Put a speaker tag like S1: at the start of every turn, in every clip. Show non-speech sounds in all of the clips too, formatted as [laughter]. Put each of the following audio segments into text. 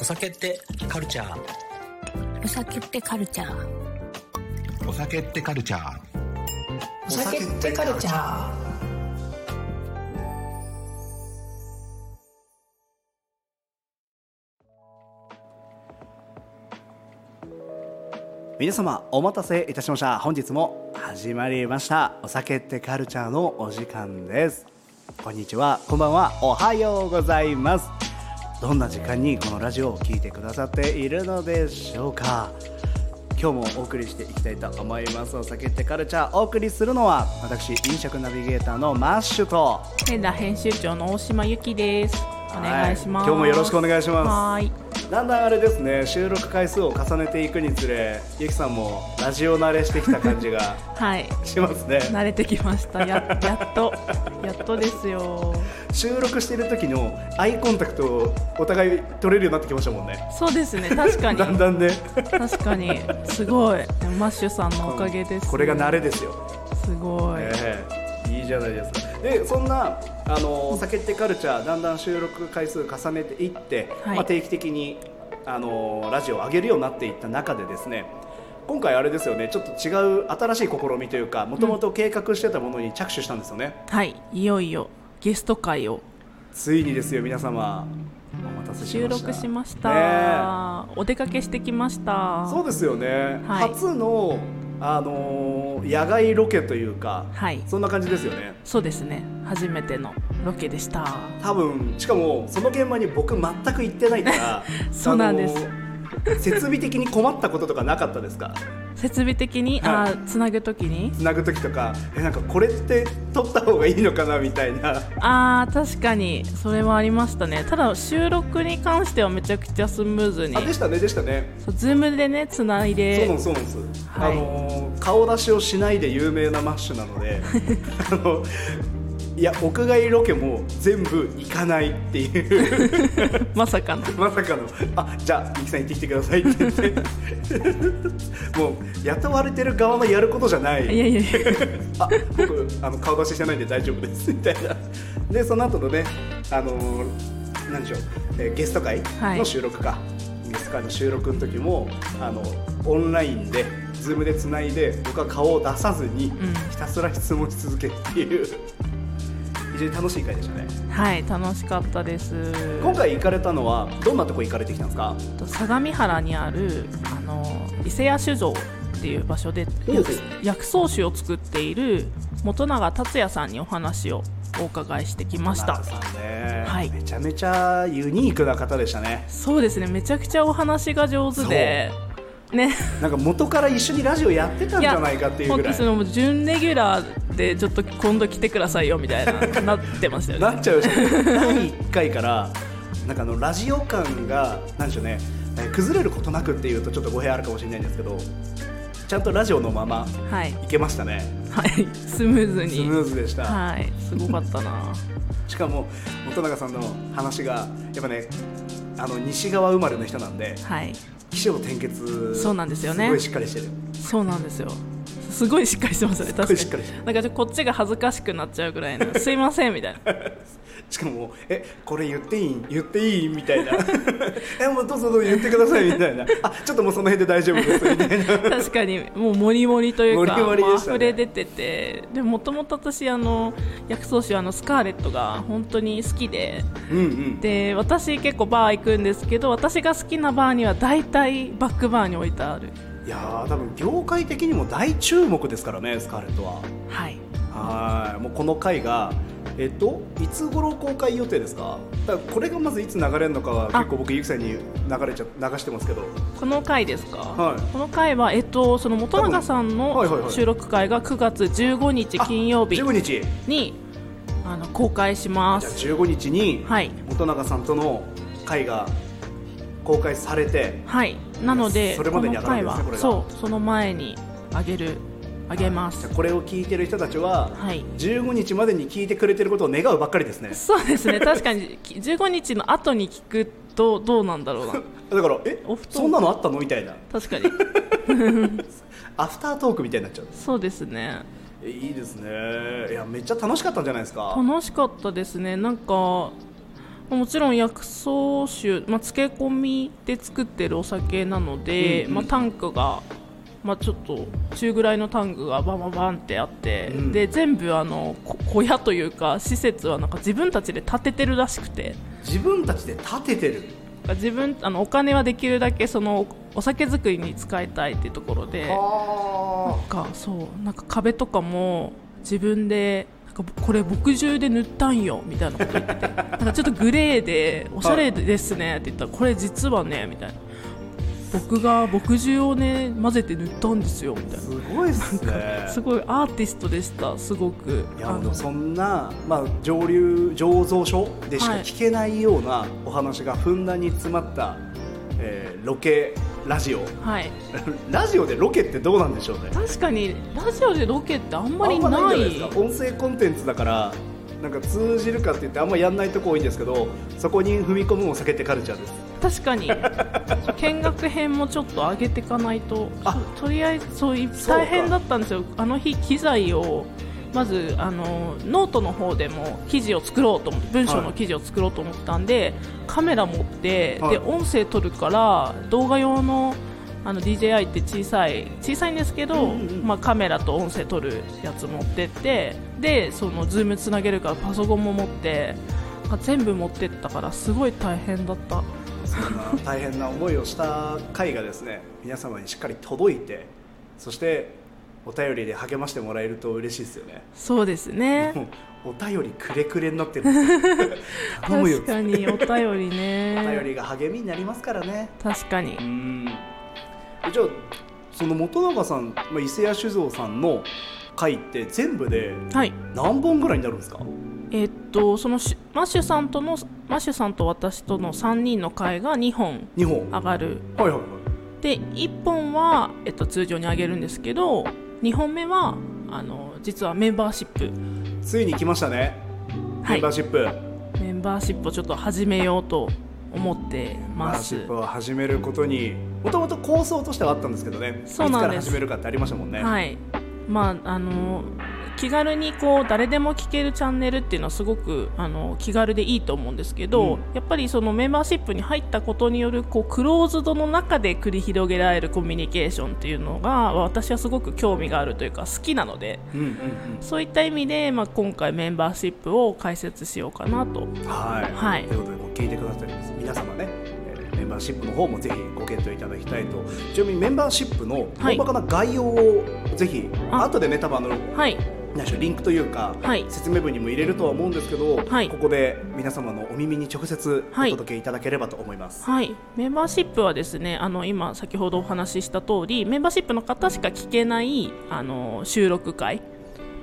S1: お酒ってカルチャー。
S2: お酒ってカルチャー。
S3: お酒ってカルチャー。
S2: お酒ってカルチャー。
S4: 皆様お待たせいたしました本日も始まりましたお酒ってカルチャーのお時間ですこんにちはこんばんはおはようございますどんな時間にこのラジオを聞いてくださっているのでしょうか今日もお送りしていきたいと思いますお酒ってカルチャーお送りするのは私飲食ナビゲーターのマッシュと
S5: センダー編集長の大島由紀です。お願いしま
S4: はい
S5: す。
S4: 今日もよろしくお願いします
S5: はい。
S4: だんだんあれですね収録回数を重ねていくにつれゆきさんもラジオ慣れしてきた感じが
S5: はい。
S4: しますね
S5: 慣れてきました。や、 [laughs] やっと、やっとですよ。
S4: 収録してる時のアイコンタクトをお互い取れるようになってきましたもんね
S5: そうで
S4: [laughs]
S5: すね。確かに。
S4: だんだんね
S5: 確かに。すごい。マッシュさんのおかげです。
S4: これが慣れですよ、
S5: すごい。
S4: ええいいじゃないですかでそんなあのお酒ってカルチャーだんだん収録回数重ねていって、
S5: はい
S4: まあ、定期的にあのラジオを上げるようになっていった中でですね今回あれですよねちょっと違う新しい試みというかもともと計画してたものに着手したんですよね、
S5: はい。いよいよゲスト会を
S4: ついにですよ皆様お待たせし
S5: 収
S4: ました
S5: 録しまし
S4: ね
S5: た。お出かけしてきました。
S4: そうですよね、
S5: はい
S4: 初の、あのー野外ロケというか、
S5: はい。
S4: そんな感じですよね
S5: そうですね。初めてのロケでした。
S4: 多分しかもその現場に僕全く行ってないから
S5: [laughs] そうなんです
S4: あのー設備的に困ったこととかなかったですか
S5: 設備的
S4: は
S5: に、
S4: い
S5: あー、つなぐときに。
S4: つなぐ時とかえなんかこれって撮った方がいいのかなみたいな
S5: あー確かにそれはありましたねただ収録に関してはめちゃくちゃスムーズに
S4: あでしたねでしたね
S5: そうズームでねつな
S4: そうなん
S5: いで
S4: ですそうなんです、
S5: はい
S4: あのー顔出しをしないで有名なマッシュなの
S5: [laughs]
S4: であのいや屋外ロケも全部行かないっていう
S5: まさかの
S4: まさかの「あじゃあゆきさん行ってきてください」って言って [laughs] もう雇われてる側のやることじゃない
S5: いやいやいや
S4: あ僕あの顔出ししてないんで大丈夫です」みたいなでその後のねあのー何でしょう、えーゲスト会
S5: はい
S4: の収録か、ゲスト会の収録の時もあのオンラインで Zoom でつないで僕は顔を出さずに、
S5: ん
S4: ひたすら質問し続けっていう非常に楽しい会でしたね
S5: はい楽しかったです
S4: 今回行かれたのはどんなとこ行かれてきたんですか
S5: と相模原にあるあの伊勢屋酒造っていう場所で
S4: おう
S5: 薬薬草酒を作っている本永達也さんにお話をお伺いしてきました
S4: 田中さんね、
S5: はい
S4: めちゃめちゃユニークな方でしたね
S5: そうですねめちゃくちゃお話が上手でね
S4: なんか元から一緒にラジオやってたんじゃないかっていうぐら
S5: 本当そ
S4: い
S5: のもう準レギュラーでちょっと今度来てくださいよみたいななってましたよ
S4: な
S5: ね
S4: っちゃいましたね第1回からなんかあのラジオ感がなんでしょうねえー崩れることなくっていうとちょっと語弊あるかもしれないんですけどちゃんとラジオのまま
S5: はい
S4: いけましたね
S5: はいスムーズ
S4: ス
S5: に
S4: ムーズでした、
S5: はいすごかったな
S4: しかも本永さんの話がやっぱねあの西側生まれの人なんで
S5: はい
S4: 起承転結
S5: そうなんですよね
S4: すごいしっかりしてる
S5: そうなんですよすごいしっかりしてますよね
S4: すごい
S5: 確
S4: しっ
S5: か
S4: かり
S5: に
S4: して
S5: なんかちょっとこっちが恥ずかしくなっちゃうぐらいの「すいません」みたいな
S4: しかも「えこれ言っていいん言っていい?」みたいな [laughs] 「えもうどうぞどうぞ言ってください」みたいな [laughs] 「あちょっともうその辺で大丈夫です」みたい
S5: [laughs]
S4: な
S5: 確かにもうモリモリというか
S4: モリモリでしたね
S5: もう溢れ出ててでもともと私あの薬草酒あのスカーレットが本当に好きで
S4: うんうん
S5: で私結構バー行くんですけど私が好きなバーには大体バックバーに置いてある
S4: いやー多分業界的にも大注目ですからねスカーレットは
S5: はい
S4: はーいもうこの回がえっといつ頃公開予定ですかだからこれがまずいつ流れるのかは結構僕ゆきさんに流れちゃ流してますけど
S5: この回ですか、
S4: はい
S5: この回は、えっと、その本永さん
S4: 多分はいはいは
S5: の
S4: い
S5: 収録回が9月15日金曜日
S4: 15日
S5: にあの公開しま
S4: じゃあ
S5: す
S4: 15日に
S5: はい
S4: 本永さんとの回が公開されて
S5: はいなので
S4: それまでに
S5: この回は
S4: 上がるんですねこれが
S5: そうその前にあげるあげます
S4: じゃあこれを聞いてる人たちは、
S5: はい
S4: 15日までに聞いてくれてることを願うばっかり
S5: [laughs]
S4: ですね
S5: そうですね確かにき15日の後に聞くとどうなんだろうな
S4: だからえ
S5: お布団
S4: そんなのあったのみたいな
S5: 確かに
S4: アフタートークみたいになっちゃう
S5: そうですね
S4: えいいですねいやめっちゃ楽しかったんじゃないですか
S5: 楽しかったですねなんかもちろん薬草酒、まあ、漬け込みで作ってるお酒なので、まあ、タンクが、まあ、ちょっと中ぐらいのタンクがバンバンバンってあって、で全部あのこ小屋というか施設はなんか自分たちで建ててるらしくて
S4: 自分たちで立ててる
S5: 自分あのお金はできるだけそのお酒作りに使いたいっていうところでなんかそうなんか壁とかも自分でなんかこれ墨汁で塗ったんよみたいなこと言っててなんかちょっとグレーでおしゃれですねって言ったらこれ実はねみたいな僕が墨汁をね混ぜて塗ったんですよみたい
S4: すごいっすね
S5: なすごいアーティストでしたすごく
S4: いや
S5: あ
S4: でも
S5: の
S4: そんな、まあ、上流醸造所でしか
S5: はい
S4: 聞けないようなお話がふんだんに詰まった、えーロケラジオ [laughs]
S5: はい
S4: ラジオでロケってどうなんでしょうね
S5: 確かにラジオでロケってあんま
S4: あ
S5: り
S4: んま
S5: ない
S4: んじゃないですか音声コンテンツだからなんか通じるかって言ってあんまやんないとこ多いんですけどそこに踏み込むお酒ってカルチャーです
S5: 確かに見学編もちょっと上げていかないと
S4: あ
S5: ととりあえずそうい
S4: そうか
S5: 大変だったんですよあの日機材をまずあのノートの方でも記事を作ろうと思って文章の記事を作ろうと思ったんで、カメラ持って、
S4: はい
S5: で音声撮るから動画用のあの DJI って小さい小さいんですけど、
S4: うんうん
S5: まあ、カメラと音声撮るやつ持ってってでそのズームつなげるからパソコンも持ってなんか全部持ってったからすごい大変だった。
S4: 大変な思いをした回がですね皆様にしっかり届いてそしてお便りで励ましてもらえると嬉しいですよね
S5: そうです
S4: [laughs]
S5: ね。
S4: もうお便りくれくれになってるんです
S5: [laughs]
S4: よ頼むよ
S5: 確かにお便り
S4: [laughs] お便
S5: ね。
S4: りが励みになりますからね
S5: 確かに
S4: う。んじゃあその本永さん、まあ、伊勢谷酒造さんの回って全部で
S5: はい。
S4: 何本ぐらいになるんですか
S5: えっとそのしマッシュさんとのマッシュさんと私との3人の会が2本
S4: 2本
S5: 上
S4: はい
S5: がる。
S4: はいはい
S5: で1本はえっと通常に上げるんですけど、2本目はあの実はメンバーシップ。
S4: ついに来ましたね
S5: は
S4: メン
S5: い
S4: バー。シップ、
S5: メンバーシップをちょっと始めようと思って
S4: メンバ
S5: ま
S4: ーシ
S5: す
S4: ッ。プを始めることにもともと構想としてはあったんですけどね
S5: そうなん
S4: いつか
S5: です
S4: ら始めるかってありましたもんね、
S5: はい、まああの気軽にこう誰でも聞けるチャンネルっていうのはすごくあの気軽でいいと思うんですけど、
S4: うん
S5: やっぱりそのメンバーシップに入ったことによるこうクローズドの中で繰り広げられるコミュニケーションっていうのが私はすごく興味があるというか好きなので
S4: うんうんうん
S5: そういった意味で、まあ、今回メンバーシップを開設しようかなと
S4: はい、
S5: はい
S4: ということでこう聞いてくださってる皆様ねえーメンバーシップの方もぜひご検討いただきたいとちなみにメンバーシップの
S5: は
S4: 大
S5: い
S4: バカな概要をぜひ、
S5: あ
S4: 後でね多分あの
S5: はい
S4: 何でしょうリンクというか、
S5: はい
S4: 説明文にも入れるとは思うんですけど、
S5: はい
S4: ここで皆様のお耳に直接お
S5: はい
S4: 届けいただければと思います、
S5: はい、メンバーシップはですねあの今、先ほどお話しした通りメンバーシップの方しか聞けないあの収録回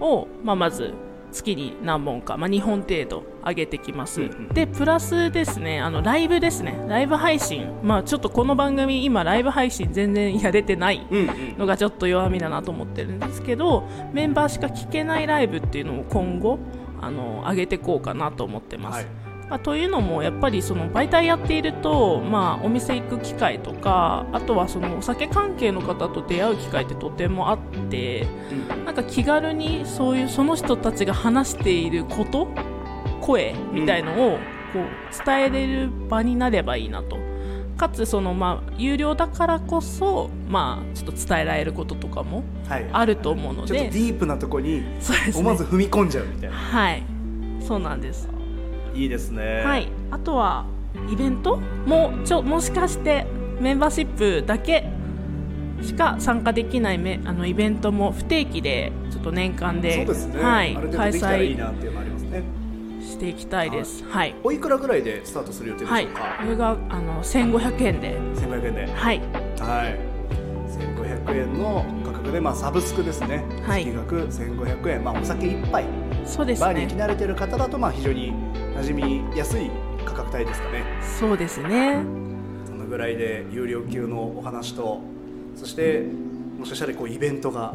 S5: を、まあ、まず月に何本か、まあ、2本程度上げてきます、
S4: うんうん
S5: でプラスですねあのライブですねライブ配信、まあ、ちょっとこの番組今ライブ配信全然やれてない
S4: うんうん
S5: のがちょっと弱みだなと思ってるんですけどメンバーしか聞けないライブっていうのを今後あの上げていこうかなと思ってます。
S4: はい
S5: まあ、というのもやっぱりその媒体やっていると、まあ、お店行く機会とかあとはそのお酒関係の方と出会う機会ってとてもあってなんか気軽にそういうその人たちが話していること声みたいのをこう伝えれる場になればいいなと。かつそのまあ有料だからこそまあちょっと伝えられることとかも
S4: はい
S5: あると思うの
S4: ちょっとデ
S5: で
S4: ィープなとこに
S5: そうです
S4: 思わ
S5: ね
S4: ず踏み込んじゃうみたいな、
S5: はいそうなんです
S4: いいですね
S5: はい、あとはイベントもちょもしかしてメンバーシップだけしか参加できないめあのイベントも不定期でちょっと年間で
S4: そうですね、
S5: はい、
S4: ある程度
S5: 開
S4: できたらいい
S5: 催
S4: なっていうのもありますね
S5: していきたいです。はい、
S4: おいくらぐらいでスタートする予定で
S5: は
S4: し
S5: い、
S4: ょうか、
S5: これがあの1500円で、
S4: 1500円で
S5: はい、
S4: はい1500円の価格で、まあ、サブスクですね、
S5: はい
S4: 月額1500円、まあ、お酒一杯
S5: そうです
S4: バーに行き
S5: ね。
S4: 慣れてる方だと、まあ、非常に馴染みやすい価格帯ですかね
S5: そうですね。
S4: そのぐらいで有料級のお話とそしてもしかしたらこうイベントが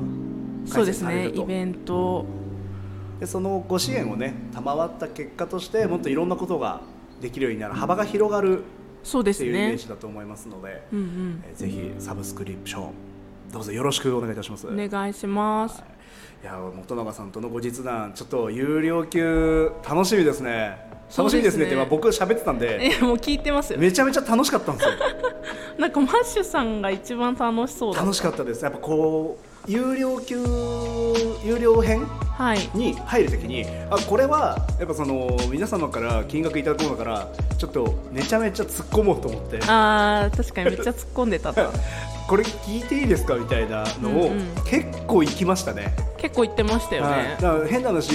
S5: そ
S4: 開
S5: うで
S4: 催
S5: す
S4: され
S5: ね。
S4: ると
S5: イベント、
S4: でそのご支援をね賜った結果としてもっといろんなことができるようになる幅が広がる
S5: そうで
S4: って
S5: す
S4: いうイメー
S5: ね。
S4: ジだと思いますので
S5: うんうん。
S4: えーぜひサブスクリプションどうぞよろしくお願いいたします。
S5: お願いします。
S4: いや元永さんとの後日談ちょっと有料級楽しみですね。楽しみですねって
S5: そうですね
S4: まあ僕喋ってたんで
S5: え、もう聞いてますよ。
S4: めちゃめちゃ楽しかったんですよ。
S5: なんかマッシュさんが一番楽しそうだ。
S4: 楽しかったです。やっぱこう有料級有料編
S5: はい。
S4: に入るときにあこれはやっぱその皆様から金額いただくものだからちょっとめちゃめちゃ突っ込もうと思って
S5: あー確かにめっちゃ突っ込んでた [laughs] と
S4: [laughs] これ聞いていいですかみたいなのを
S5: うんうん
S4: 結構行きましたね。
S5: 結構言ってましたよ
S4: はい
S5: ね
S4: だから変な話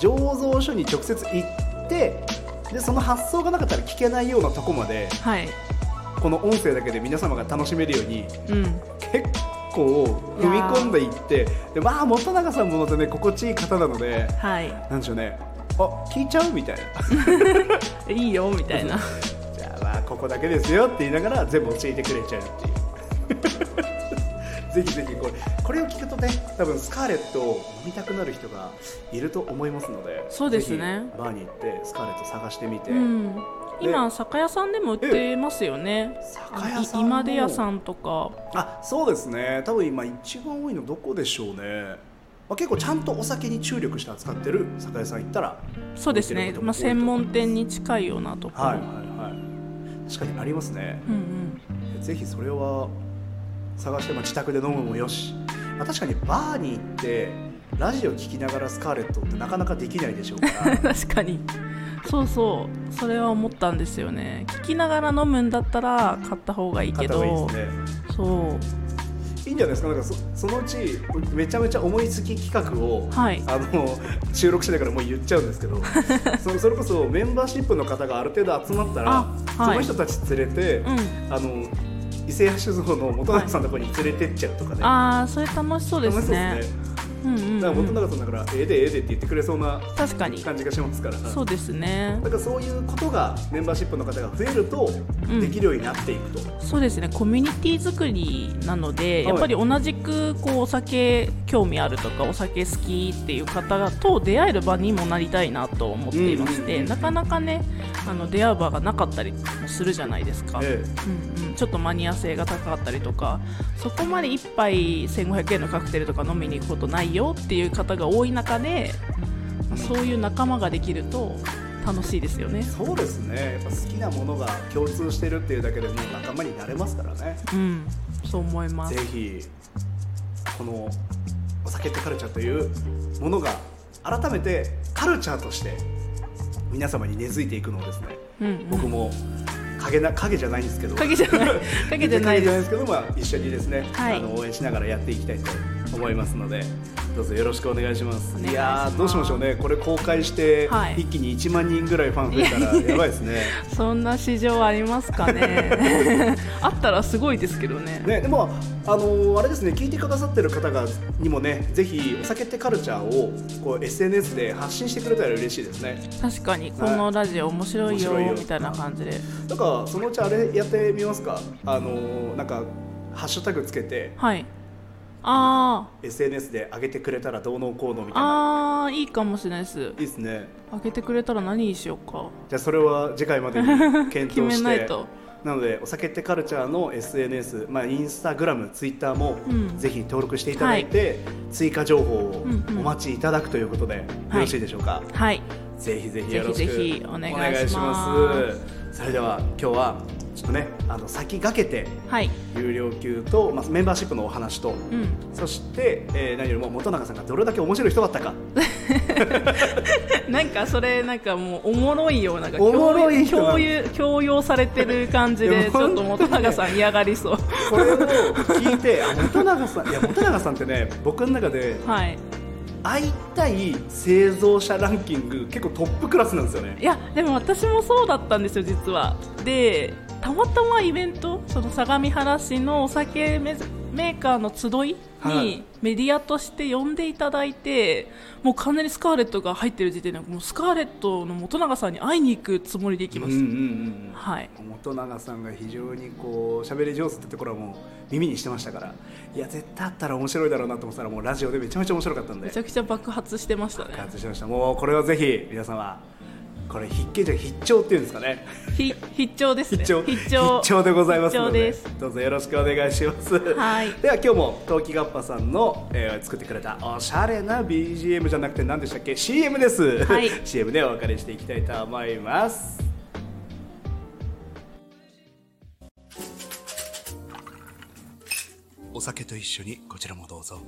S4: 醸造所に直接行ってでその発想がなかったら聞けないようなとこまで
S5: はい、
S4: この音声だけで皆様が楽しめるように
S5: うん
S4: 結構踏み込んでいってでまあ元永さんもまたね心地いい方なので
S5: は
S4: なんでしょうねあ聞いちゃうみたいな [laughs]
S5: いいいよみたいな
S4: じゃあまあここだけですよって言いながら全部教えてくれちゃうっていう [laughs] ぜひぜひこれこれを聞くとね多分スカーレットを飲みたくなる人がいると思いますので
S5: そうですね
S4: ぜひバーに行ってスカーレット探してみて、
S5: うん今酒屋さんでも売ってますよね
S4: 酒屋さん
S5: い
S4: も
S5: 今出屋さんとか
S4: あそうですね多分今一番多いのどこでしょうね、まあ、結構ちゃんとお酒に注力して扱ってる酒屋さん行ったら
S5: そうです
S4: 売って
S5: ね
S4: る、ことも
S5: まあ、
S4: 多いと思います
S5: 専門店に近いようなところ、
S4: はいはいはい確かにありますね
S5: うんうん、
S4: ぜひそれは探して、まあ、自宅で飲むもよし、まあ、確かにバーに行ってラジオ聞きながらスカーレットってなかなかできないでしょうから
S5: 確かにそうそうそれは思ったんですよね聞きながら飲むんだったら買った方がいい
S4: 買っ
S5: け
S4: た方
S5: ど
S4: がいいですね
S5: そう
S4: いいんじゃないですかなんかそそのうちめちゃめちゃ思いつき企画を、
S5: はい
S4: あの収録しながらもう言っちゃうんですけ
S5: [laughs]
S4: どそそれこそメンバーシップの方がある程度集まったら、
S5: あはい
S4: その人たち連れて、
S5: うん
S4: あの伊勢屋酒造の元永さんのところに連れてっちゃうとかね。
S5: ああそれ楽しそうで
S4: 楽し
S5: す
S4: そう
S5: ね
S4: ですね
S5: うんうん
S4: だから
S5: う
S4: 元
S5: ん、
S4: 永さんだから、ええでええでって言ってくれそうな
S5: 確かに
S4: 感じがしますから
S5: そうですね
S4: だからそういうことがメンバーシップの方が増えると
S5: うん
S4: できるようになっていくと、
S5: そうですねコミュニティ作りなので、
S4: い
S5: やっぱり同じくこうお酒興味あるとかお酒好きっていう方がと出会える場にもなりたいなと思っていまして、
S4: うんうんうん
S5: なかなかねあの出会う場がなかったりもするじゃないですか、
S4: え
S5: うんうん、ちょっとマニア性が高かったりとかそこまで1杯1500円のカクテルとか飲みに行くことないよっていう方が多い中でそういう仲間ができると楽しいですよね。
S4: えそうですねやっぱ好きなものが共通してるっていうだけでもう仲間になれますからね
S5: うん、そう思います
S4: ぜひこのお酒ってカルチャーというものが改めてカルチャーとして皆様に根付いていくのをですね、
S5: うんうん
S4: 僕も影な影じゃないんですけど
S5: 影じゃ
S4: [laughs]
S5: ない影じゃないです
S4: ですけど、まあ、一緒にですね、
S5: はい
S4: あの応援しながらやっていきたいと思いますのでどうぞよろしくお願いします
S5: お願いします
S4: やーどうしましょうねこれ公開して、
S5: はい
S4: 一気に1万人ぐらいファン増えたらやばいですね
S5: そんな市場あります
S4: [laughs]
S5: かねあったらすごいですけどね
S4: ねでもあのーあれですね聞いてくださってる方がにもねぜひお酒ってカルチャーをこう SNS で発信してくれたら嬉しいですね
S5: 確かにこのラジオ面白いよ
S4: 面白いよ
S5: みたいな感じで
S4: だからそのうちあれやってみますかあのーなんかハッシュタグつけて
S5: はいあ
S4: SNS で上げてくれたらどうのこうのみ
S5: ー
S4: たいな
S5: あーいいかもしれないです
S4: いいですね
S5: あげてくれたら何にしようか
S4: じゃあそれは次回までに検討して
S5: [laughs] 決めないと
S4: なのでお酒ってカルチャーの SNS、まあ、インスタグラムツイッターも、
S5: うん
S4: ぜひ登録していただいて、追加情報を
S5: うんうん
S4: お待ちいただくということで、
S5: い
S4: よろしいでしょうか
S5: はい
S4: ぜひぜひよろし
S5: ぜ
S4: く
S5: ひぜひお願いします
S4: おますそれでは今日はちょっとねあの先駆けて
S5: はい
S4: 有料級と、まあ、メンバーシップのお話と、
S5: うん [laughs]
S4: そして、えー何よりも元永さんがどれだけ面白い人だったか
S5: なんかそれなんかもうおもろいようなんか
S4: おもろい人なの
S5: 共有強要されてる感じ
S4: い
S5: で
S4: や
S5: ちょっと
S4: 本当
S5: 元
S4: にね
S5: 永さん嫌がりそう
S4: これを聞いてあ元永さんいや元永さんってね僕の中で
S5: はい
S4: 会いたい製造者ランキング結構トップクラスなんですよね
S5: いやでも私もそうだったんですよ実はでたまたまイベントその相模原市のお酒メメーカーの集い
S4: は
S5: に
S4: い
S5: メディアとして呼んでいただいて、もう完全にスカーレットが入ってる時点でもうスカーレットの元永さんに会いに行くつもりで行き
S4: うん
S5: ま
S4: うん
S5: し
S4: う
S5: た、
S4: ん
S5: はい
S4: 元永さんが非常にこう喋り上手ってところはもう耳にしてましたからいや絶対あったら面白いだろうなと思ってたらもうラジオでめちゃめちゃ面白かったんで
S5: めちゃくちゃ爆発してましたね
S4: 開発しましたもうこれはぜひ皆様これ必見じゃ必聴っていうんですかね
S5: ひ必聴ですね
S4: 必聴
S5: 必聴
S4: でございますので
S5: 必聴
S4: どうぞよろしくお願いします、
S5: はい
S4: では今日もトウキガッパさんの、えー作ってくれたおしゃれな BGM じゃなくて何でしたっけ CM です、 [laughs]
S5: はい
S4: CM でお別れしていきたいと思います
S3: お酒と一緒にこちらもどうぞ。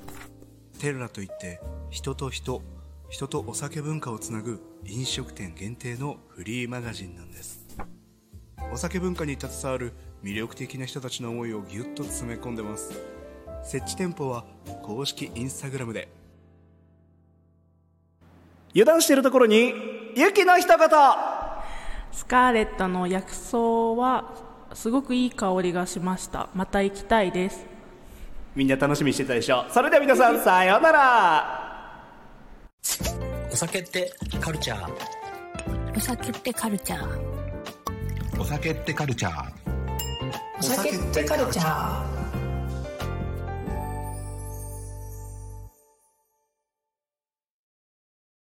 S3: テルラといって、人と人、人とお酒文化をつなぐ飲食店限定のフリーマガジンなんです。お酒文化に携わる魅力的な人たちの思いをぎゅっと詰め込んでます。設置店舗は公式インスタグラムで。
S4: 油断しているところに雪の一言
S5: スカーレットの薬草はすごくいい香りがしましたまた行きたいです
S4: みんな楽しみにしてたでしょそれでは皆さんさようなら
S1: お酒ってカルチャー
S2: お酒ってカルチャー
S3: お酒ってカルチャー。
S2: お酒ってカルチャー